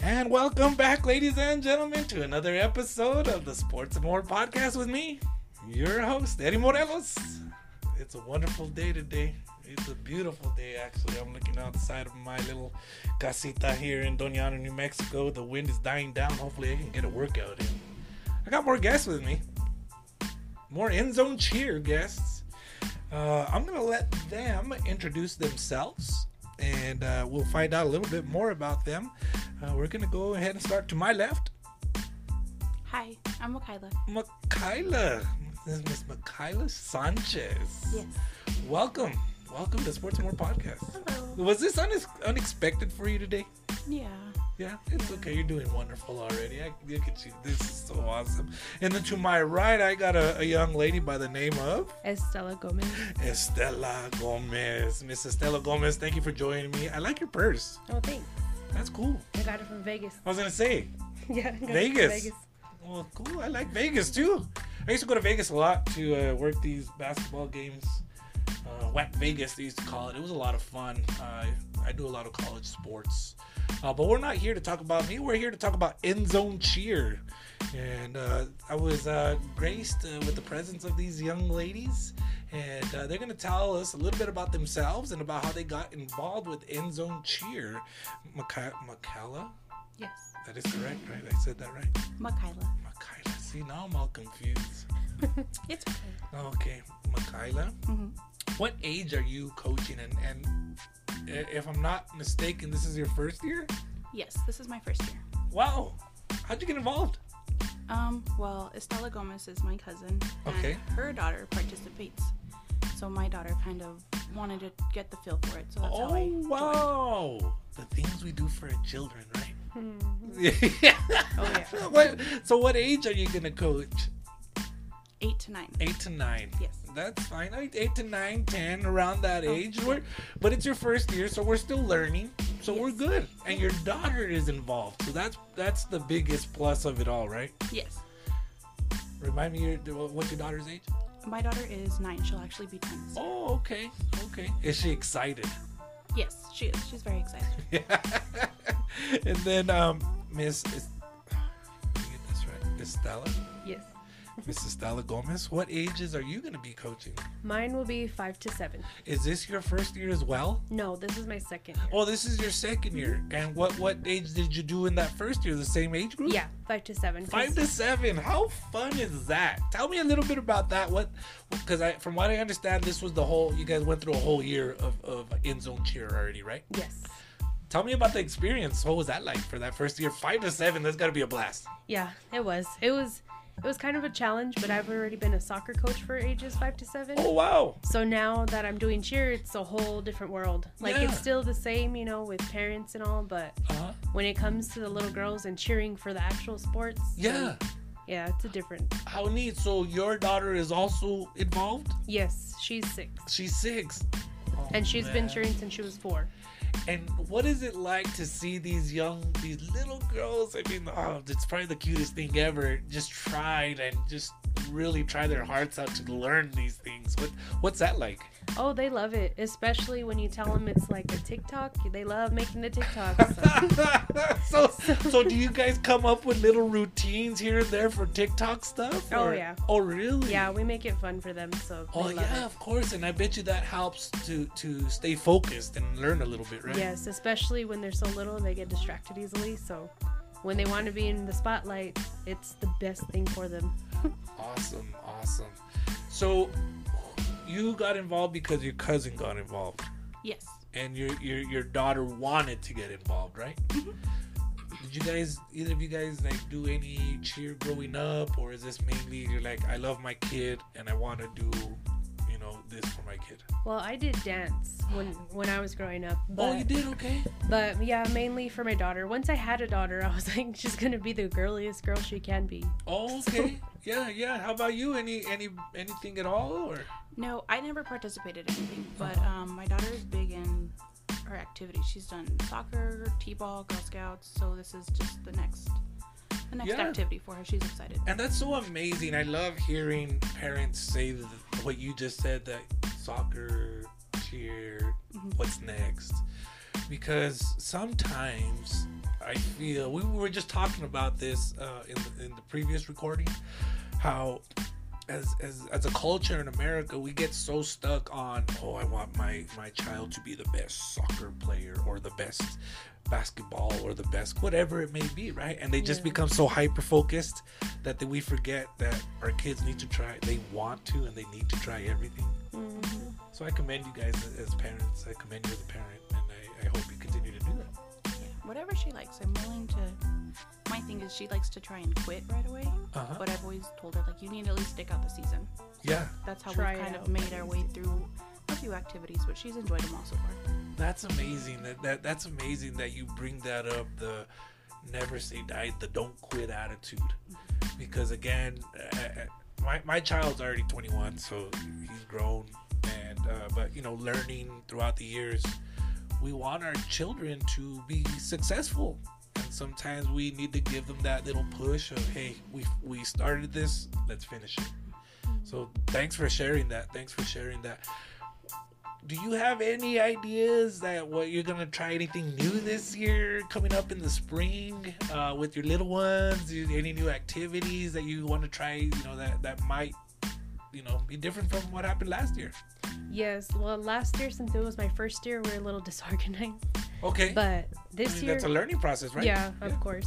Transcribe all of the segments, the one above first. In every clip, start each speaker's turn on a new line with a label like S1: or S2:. S1: And welcome back, ladies and gentlemen, to another episode of the Sports and More podcast with me, your host, Eddie Morelos. It's a wonderful day today. It's a beautiful day, actually. I'm looking outside of my little casita here in Doñana, New Mexico. The wind is dying down. Hopefully, I can get a workout in. I got more guests with me, more end zone cheer guests. Uh, I'm going to let them introduce themselves and uh, we'll find out a little bit more about them. Uh, we're going to go ahead and start to my left.
S2: Hi, I'm Makayla.
S1: Makayla. This is Miss Makayla Sanchez.
S2: Yes.
S1: Welcome. Welcome to Sports and More Podcast.
S2: Hello.
S1: Was this unex unexpected for you today?
S2: Yeah.
S1: Yeah, it's okay. You're doing wonderful already. I, look at you. This is so awesome. And then to my right, I got a, a young lady by the name of
S3: Estela Gomez.
S1: Estela Gomez. Miss Estela Gomez, thank you for joining me. I like your purse.
S3: Oh, thanks.
S1: That's cool.
S3: I got it from Vegas.
S1: I was going to say,
S3: yeah, I got it from
S1: Vegas. Well, cool. I like Vegas too. I used to go to Vegas a lot to uh, work these basketball games. Uh, Whack Vegas, they used to call it. It was a lot of fun. Uh, I do a lot of college sports. Uh, but we're not here to talk about me. We're here to talk about end zone cheer. And uh, I was uh, graced uh, with the presence of these young ladies. And uh, they're going to tell us a little bit about themselves and about how they got involved with end zone cheer. Maca- Macala?
S2: Yes.
S1: That is correct, right? I said that right.
S2: Makayla.
S1: Makayla. See, now I'm all confused.
S2: It's okay.
S1: Okay, Makayla,
S2: Mhm.
S1: what age are you coaching? And, and i- if I'm not mistaken, this is your first year?
S2: Yes, this is my first year.
S1: Wow. How'd you get involved?
S2: Um, well, Estela Gomez is my cousin. and
S1: Okay.
S2: Her daughter participates. So my daughter kind of wanted to get the feel for it. So that's how
S1: oh,
S2: I. joined.
S1: wow. The things we do for our children, right?
S2: Hmm.
S3: Oh, yeah.
S1: What, so, what age are you going to coach?
S2: Eight to nine.
S1: Eight to nine.
S2: Yes. Oh,
S1: That's fine. Eight, eight to nine, ten, around that age. We're, but it's your first year, so we're still learning. So we're
S2: Yes.
S1: good. And your daughter is involved, so that's that's the biggest plus of it all, right?
S2: Yes.
S1: Remind me, your, what's your daughter's age?
S2: My daughter is nine. She'll actually be ten. soon.
S1: Oh, okay, okay. Is she excited?
S2: Yes, she is. She's very excited.
S1: and then um, Miss, is, let me get this right, Estella,
S3: yes.
S1: Miss Estella Gomez. What ages are you going to be coaching?
S3: Mine will be five to seven.
S1: Is this your first year as well?
S3: No, this is my second. Year.
S1: Oh, this is your second year. And what what age did you do in that first year? The same age group?
S3: Yeah, five to seven. 'cause
S1: Five to seven. How fun is that? Tell me a little bit about that. What? Because I, from what I understand, this was the whole. You guys went through a whole year of of end zone cheer already, right?
S3: Yes.
S1: Tell me about the experience. What was that like for that first year? Five to seven. That's got to be a blast.
S3: Yeah, it was. It was. It was kind of a challenge, but I've already been a soccer coach for ages five to seven.
S1: Oh wow.
S3: So now that I'm doing cheer, it's a whole different world. Like
S1: Yeah.
S3: it's still the same, you know, with parents and all, but
S1: Uh huh.
S3: when it comes to the little girls and cheering for the actual sports,
S1: Yeah.
S3: yeah, it's a different.
S1: How neat. So your daughter is also involved.
S3: Yes, she's six,
S1: She's six.
S3: and
S1: she's
S3: she's been cheering since she was four.
S1: And what is it like to see these young, these little girls? I mean, oh, it's probably the cutest thing ever. Just trying and just really try their hearts out to learn these things. What what's that like?
S3: Oh, they love it, especially when you tell them it's like a TikTok. They love making the TikToks. so-
S1: so so do you guys come up with little routines here and there for TikTok stuff?
S3: Oh,
S1: or-
S3: yeah.
S1: Oh really?
S3: yeah, we make it fun for them, so they
S1: Oh
S3: love
S1: yeah,
S3: it.
S1: of course. And I bet you that helps to to stay focused and learn a little bit, right?
S3: Yes, especially when they're so little, they get distracted easily. So when they want to be in the spotlight, it's the best thing for them.
S1: Awesome, awesome. So you got involved because your cousin got involved.
S2: Yes.
S1: and your your your daughter wanted to get involved, right?
S3: Mm-hmm.
S1: Did you guys either of you guys like do any cheer growing up, or is this mainly you're like I love my kid and I want to do, you know, this for my kid?
S3: Well, I did dance when when I was growing up, but
S1: oh, you did okay.
S3: but yeah, mainly for my daughter. Once I had a daughter, I was like, she's gonna be the girliest girl she can be.
S1: Oh, okay. yeah, yeah. How about you? Any any anything at all? Or
S2: No, I never participated in anything, but um, my daughter is big in her activities. She's done soccer, t-ball, Girl Scouts. So this is just the next, the next
S1: Yeah.
S2: activity for her. She's excited.
S1: and that's so amazing. I love hearing parents say th- what you just said that soccer, cheer, what's next? Because sometimes I feel we were just talking about this uh, in the, in the previous recording, how as, as as a culture in America, we get so stuck on oh, I want my my child to be the best soccer player or the best basketball or the best whatever it may be, right? And they just
S3: Yeah.
S1: become so hyper focused that they, we forget that our kids need to try. They want to and they need to try everything. So I commend you guys as- as parents. I commend you as a parent, and I, I hope you continue to do that.
S2: Whatever she likes, I'm willing to. My thing is, she likes to try and quit right away.
S1: Uh-huh.
S2: But I've always told her, like, you need to at least stick out the season.
S1: Yeah,
S2: That's how
S3: Try it
S2: we've kind of
S3: out.
S2: made our way through a few activities, but she's enjoyed them all so far.
S1: that's amazing. That, that that's amazing that you bring that up. The never say die, the don't quit attitude. Because again, uh, uh, my my child's already 21, so he's grown, and uh, but you know, learning throughout the years, we want our children to be successful. And sometimes we need to give them that little push of, hey, we we started this, let's finish it. So thanks for sharing that. Thanks for sharing that. Do you have any ideas that what you're gonna try anything new this year coming up in the spring uh, with your little ones? You- Any new activities that you want to try? You know that that might you know be different from what happened last year.
S3: Yes. Well, last year since it was my first year, we were a little disorganized.
S1: Okay,
S3: But
S1: I
S3: this
S1: mean,
S3: year,
S1: that's a learning process, right?
S3: yeah, of course.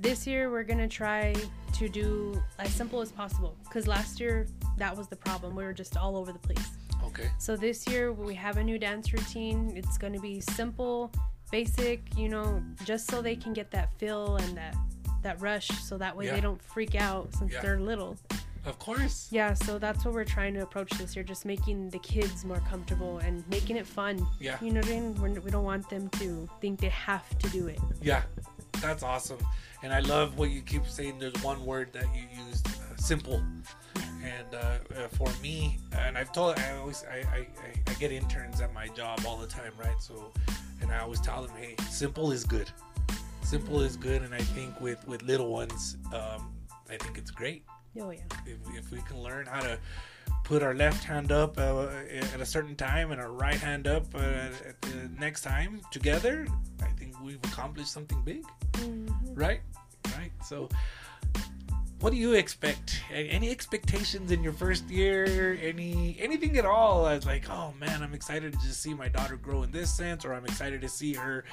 S3: This year we're gonna try to do as simple as possible. Cause last year that was the problem. We were just all over the place.
S1: Okay.
S3: So this year we have a new dance routine. It's going to be simple, basic, you know, just so they can get that feel and that that rush so that way
S1: Yeah.
S3: they don't freak out since
S1: Yeah.
S3: they're little.
S1: Of course.
S3: Yeah, so that's what we're trying to approach this year, just making the kids more comfortable and making it fun.
S1: Yeah.
S3: You know what I mean? We're, we don't want them to think they have to do it.
S1: Yeah, that's awesome. And I love what you keep saying. There's one word that you used, uh, simple. And uh, uh, for me, and I've told, I always, I, I, I- I get interns at my job all the time, right? So, and I always tell them, hey, simple is good. Simple is good. And I think with with little ones, um, I think it's great
S3: Oh yeah.
S1: if, if we can learn how to put our left hand up uh, at a certain time and our right hand up uh, at the next time together, I think we've accomplished something big, right? Right. So, what do you expect? A- Any expectations in your first year? Any anything at all? I was like, oh man, I'm excited to just see my daughter grow in this sense, or I'm excited to see her,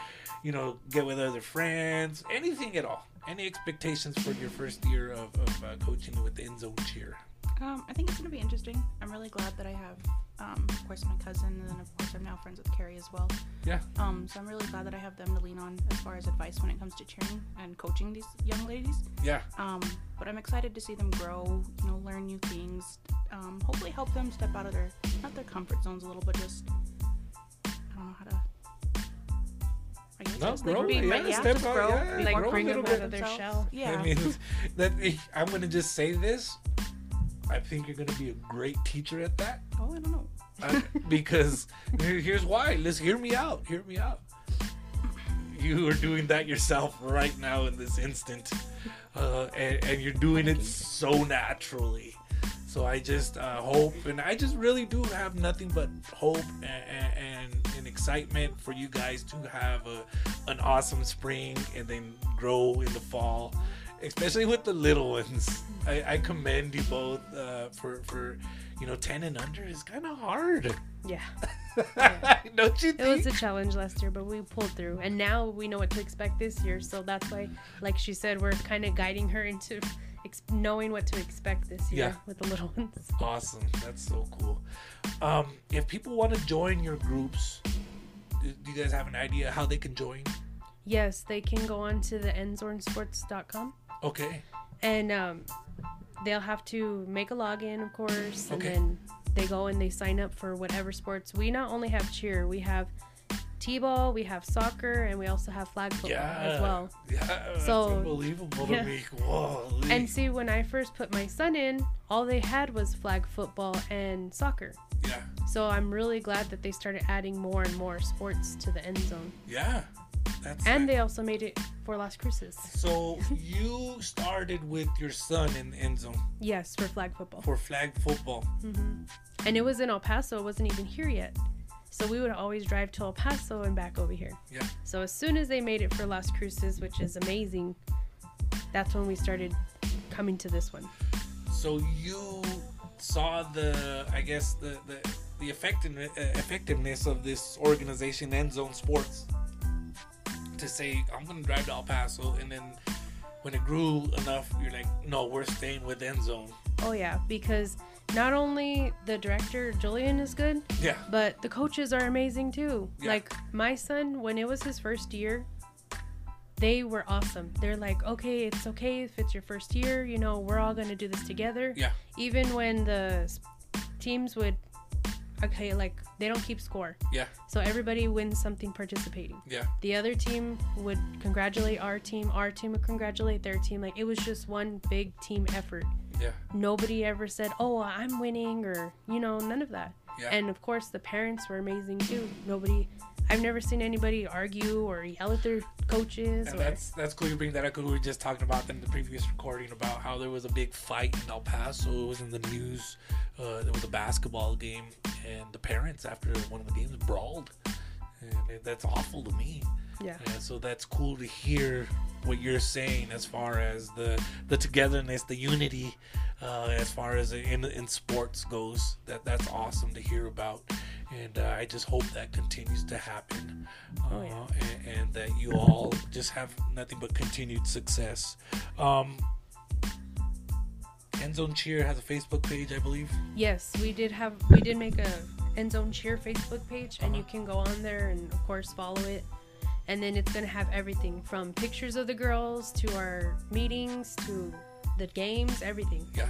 S1: you know, get with other friends. Anything at all? Any expectations for your first year of, of uh, coaching with the end zone cheer?
S2: Um, I think it's going to be interesting. I'm really glad that I have, um, of course, my cousin, and then of course I'm now friends with Carrie as well.
S1: Yeah.
S2: Um, so I'm really glad that I have them to lean on as far as advice when it comes to cheering and coaching these young ladies.
S1: Yeah.
S2: Um, but I'm excited to see them grow, you know, learn new things. Um, hopefully, help them step out of their not their comfort zones a little, but just I don't know how to. I guess
S1: No,
S2: just, like,
S1: grow,
S2: be-
S1: yeah,
S2: yeah,
S1: step
S2: just
S1: out,
S2: grow,
S1: yeah,
S2: be
S1: like,
S2: more
S1: bring 'em
S2: confident
S1: out
S3: of their
S2: themselves.
S3: shell.
S2: Yeah,
S1: I mean, that I'm gonna just say this. I think you're gonna be a great teacher at that.
S2: oh, I don't know.
S1: Uh, because here- here's why. Listen, hear me out. Hear me out. You are doing that yourself right now in this instant, uh, and, and you're doing it so naturally. So I just uh, hope, and I just really do have nothing but hope and, and, and excitement for you guys to have a, an awesome spring and then grow in the fall, especially with the little ones. I, I commend you both uh, for for you know ten and under is kind of hard.
S3: Yeah.
S1: Don't you think?
S3: It was a challenge last year, but we pulled through. And now we know what to expect this year. So that's why, like she said, we're kind of guiding her into ex- knowing what to expect this year
S1: Yeah.
S3: with the little ones.
S1: awesome. That's so cool. Um, if people want to join your groups, do do you guys have an idea how they can join?
S3: Yes, they can go on to the endzornsports.com
S1: Okay.
S3: and um, they'll have to make a login, of course,
S1: Okay.
S3: and then they go and they sign up for whatever sports. We not only have cheer, we have t-ball, we have soccer, and we also have flag football as well.
S1: Yeah. That's
S3: So-
S1: unbelievable to
S3: yeah.
S1: me. Whoa.
S3: And see, when I first put my son in, all they had was flag football and soccer.
S1: yeah.
S3: So I'm really glad that they started adding more and more sports to the end zone.
S1: Yeah. That's
S3: And they also made it for Las Cruces.
S1: So you started with your son in the end zone
S3: Yes, for flag football.
S1: for flag football.
S3: And it was in El Paso, it wasn't even here yet. So we would always drive to El Paso and back over here.
S1: Yeah.
S3: So as soon as they made it for Las Cruces, which is amazing, that's when we started coming to this one.
S1: So you saw the, I guess the the, the effectiveness uh, effectiveness of this organization and Zone Sports to say I'm gonna drive to El Paso, and then when it grew enough, you're like, no, we're staying with End Zone.
S3: Oh yeah, because not only the director Julian is good,
S1: Yeah.
S3: but the coaches are amazing too.
S1: Yeah.
S3: Like my son, when it was his first year, they were awesome. They're like, okay, it's okay if it's your first year. You know, we're all gonna do this together.
S1: Yeah.
S3: Even when the s- teams would, okay, like they don't keep score,
S1: Yeah.
S3: so everybody wins something participating.
S1: Yeah.
S3: The other team would congratulate our team. Our team would congratulate their team. Like it was just one big team effort
S1: Yeah.
S3: nobody ever said, "Oh, I'm winning," or you know, none of that.
S1: Yeah.
S3: And of course, the parents were amazing too. Nobody, I've never seen anybody argue or yell at their coaches.
S1: And
S3: or,
S1: that's that's cool you bring that up 'cause we were just talking about that in the previous recording about how there was a big fight in El Paso. It was in the news. Uh, there was a basketball game, and the parents after one of the games brawled, and it- that's awful to me.
S3: yeah,
S1: Yeah, so that's cool to hear what you're saying as far as the the togetherness, the unity, uh, as far as in in sports goes. That that's awesome to hear about, and uh, I just hope that continues to happen, uh,
S3: Oh, yeah.
S1: and, and that you all just have nothing but continued success. Um, End Zone Cheer has a Facebook page, I believe.
S3: yes, we did have, we did make a end zone cheer Facebook page, and
S1: Uh-huh.
S3: you can go on there and of course follow it. And then it's gonna have everything from pictures of the girls to our meetings to the games, everything.
S1: Yeah.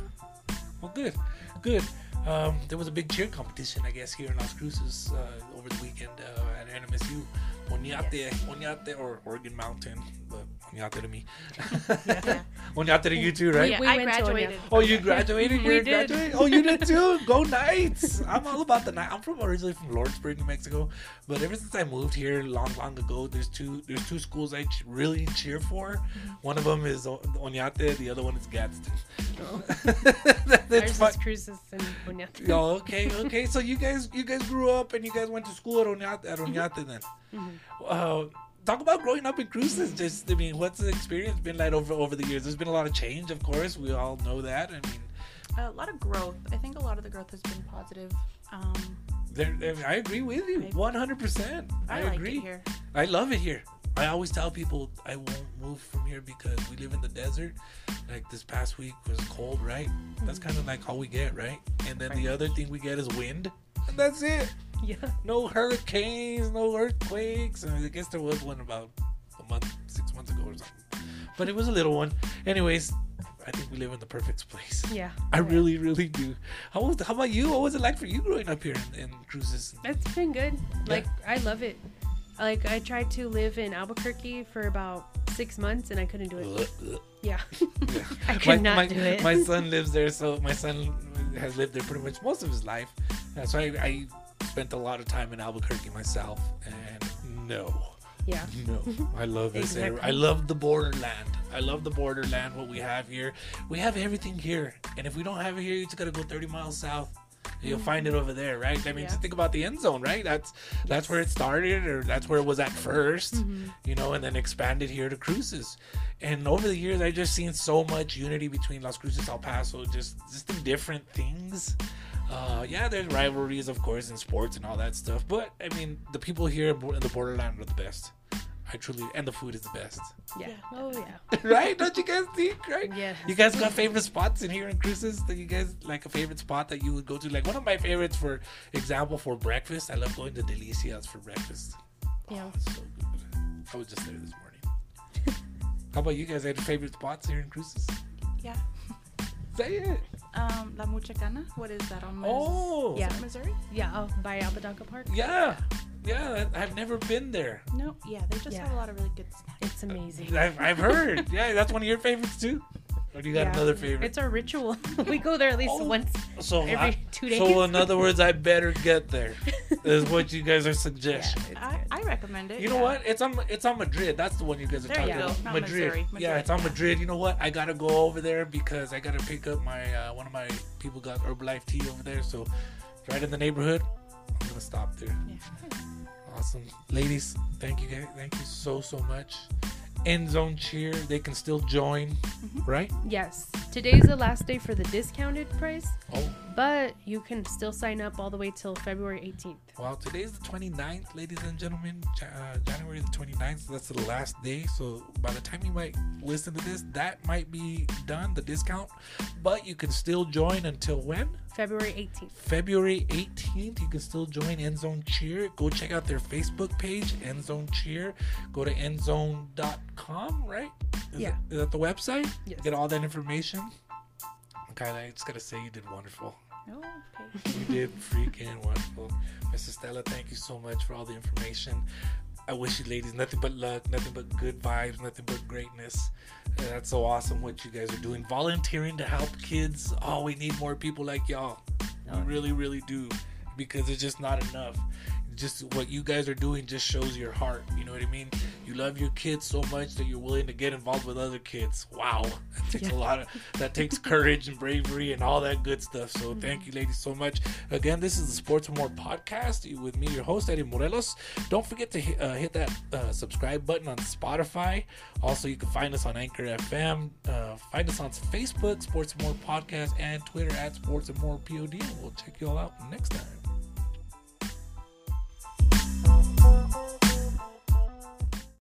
S1: Well, good, good. Um, there was a big cheer competition, I guess, here in Las Cruces uh, over the weekend uh, at NMSU. Oñate, Oñate, or Oregon Mountain, but Oñate to me. Oñate to you too, right?
S3: Yeah,
S2: Yeah,
S3: we
S2: I
S3: went to Oneida.
S2: graduated.
S1: Oh, you graduated?
S3: We
S1: You
S3: did.
S1: graduated? Oh, you did too? Go Knights! I'm all about the night. I'm from originally from Lawrenceburg, New Mexico, but ever since I moved here long, long ago, there's two there's two schools I ch- really cheer for. One of them is o- Oñate, the other one is Gadsden. That's
S3: Oh. Ours
S1: my-
S3: is Cruces and Oñate.
S1: Yo, okay, okay. So you guys, you guys grew up and you guys went to school at Oñate, at
S2: Mm-hmm.
S1: Oñate then. Uh, talk about growing up in Cruces. Just, I mean, what's the experience been like over over the years? There's been a lot of change, of course. We all know that. I mean,
S2: A lot of growth. I think a lot of the growth has been positive. Um,
S1: there, I, mean, I agree with you,
S2: I-
S1: 100. percent
S2: I,
S1: I
S2: like
S1: agree.
S2: it here.
S1: I love it here. I always tell people I won't move from here because we live in the desert. Like this past week was cold, right?
S2: Mm-hmm.
S1: That's kind of like all we get, right? And then the other thing we get is wind. And that's it.
S3: Yeah.
S1: no hurricanes, no earthquakes. I, mean, I guess there was one about a month, six months ago or something, but it was a little one. Anyways, I think we live in the perfect place.
S3: Yeah.
S1: I
S3: Yeah.
S1: really, really do. How was, how about you? What was it like for you growing up here in, in cruises?
S3: It's been good. Like I love it. Like I tried to live in Albuquerque for about six months and I couldn't do it. Yeah. I could not
S1: my,
S3: do it.
S1: my son lives there, so my son has lived there pretty much most of his life. Uh, So I, I spent a lot of time in Albuquerque myself, and no.
S3: yeah.
S1: No, I love this area. I
S3: Exactly.
S1: love the borderland. I love the borderland. What we have here, we have everything here. And if we don't have it here, you just gotta go 30 miles south. and You'll find it over there, right? I mean,
S3: Mm-hmm. Yeah.
S1: just think about the end zone, right? That's that's where it started, or that's where it was at 1st
S3: Mm-hmm.
S1: you know, and then expanded here to Cruces. And over the years, I've just seen so much unity between Las Cruces, El Paso, just just in different things. Uh, yeah, there's rivalries, of course, in sports and all that stuff. But I mean, the people here in the borderland are the best. I truly, and the food is the best,
S3: Yeah.
S2: Yeah.
S3: Oh yeah.
S1: right? Don't you guys think, right?
S3: Yes.
S1: You guys got favorite spots in here in cruises? That you guys like a favorite spot that you would go to? Like one of my favorites, for example, for breakfast. I love going to Delicias for breakfast.
S3: Yeah.
S1: Oh, it's so good. I was just there this morning. How about you guys? Any favorite spots here in cruises?
S2: Yeah.
S1: Say it.
S2: Um, La Muchacana. What is that on? Mis-
S1: Oh.
S3: Yeah.
S2: Missouri?
S3: Yeah. Oh, by Apodaca Park.
S1: Yeah. Yeah. I've never been there.
S2: No. Yeah, they just
S3: Yeah.
S2: have a lot of really good snacks.
S3: It's amazing.
S1: I've, I've heard. yeah, that's one of your favorites too. Or do you got
S3: Yeah.
S1: another favorite?
S3: It's our ritual. we go there at least
S1: Oh.
S3: once.
S1: So
S3: Every
S1: I-
S3: two days.
S1: So in other words, I better get there. Is what you guys are suggesting.
S2: I, I recommend it.
S1: You know
S2: yeah.
S1: what? It's on it's on Madrid. That's the one you guys are
S2: There
S1: talking
S2: you go.
S1: about.
S2: Not
S1: Madrid.
S2: Missouri.
S1: Yeah,
S2: Madrid,
S1: it's on
S2: yeah.
S1: Madrid. You know what? I gotta go over there because I gotta pick up my uh, one of my people got Herbalife tea over there. So right in the neighborhood, I'm gonna stop there.
S2: Yeah.
S1: Awesome, ladies. Thank you guys. Thank you so so much. End zone cheer. They can still join,
S2: Mm-hmm.
S1: right?
S3: Yes, today's the last day for the discounted price,
S1: Oh,
S3: but you can still sign up all the way till February 18th.
S1: wow. Today's the 29th, ladies and gentlemen. Ja- Uh, January the 29th. So that's the last day. So by the time you might listen to this, that might be done, the discount. But you can still join until when?
S3: February 18th.
S1: February 18th, you can still join End Zone Cheer. Go check out their Facebook page, End Zone Cheer. Go to endzone.com, right? Is
S3: Yeah.
S1: That, is that the website?
S3: Yes.
S1: Get all that information. Okay, I just got to say you did wonderful.
S2: Oh, okay.
S1: You did freaking wonderful. Mrs. Stella, thank you so much for all the information. I wish you ladies nothing but luck, nothing but good vibes, nothing but greatness. Uh, That's so awesome what you guys are doing. Volunteering to help kids. Oh, we need more people like y'all. We really, really do. Because it's just not enough. Just what you guys are doing just shows your heart. You know what I mean? You love your kids so much that you're willing to get involved with other kids. Wow. That takes a lot of that takes courage and bravery and all that good stuff. So thank you ladies so much. Again, this is the Sports and More podcast with me, your host, Eddie Morelos. Don't forget to hit, uh, hit that uh, subscribe button on Spotify. Also, you can find us on Anchor FM. Uh, find us on Facebook, Sports and More Podcast, and Twitter at Sports and More POD. We'll check you all out next time.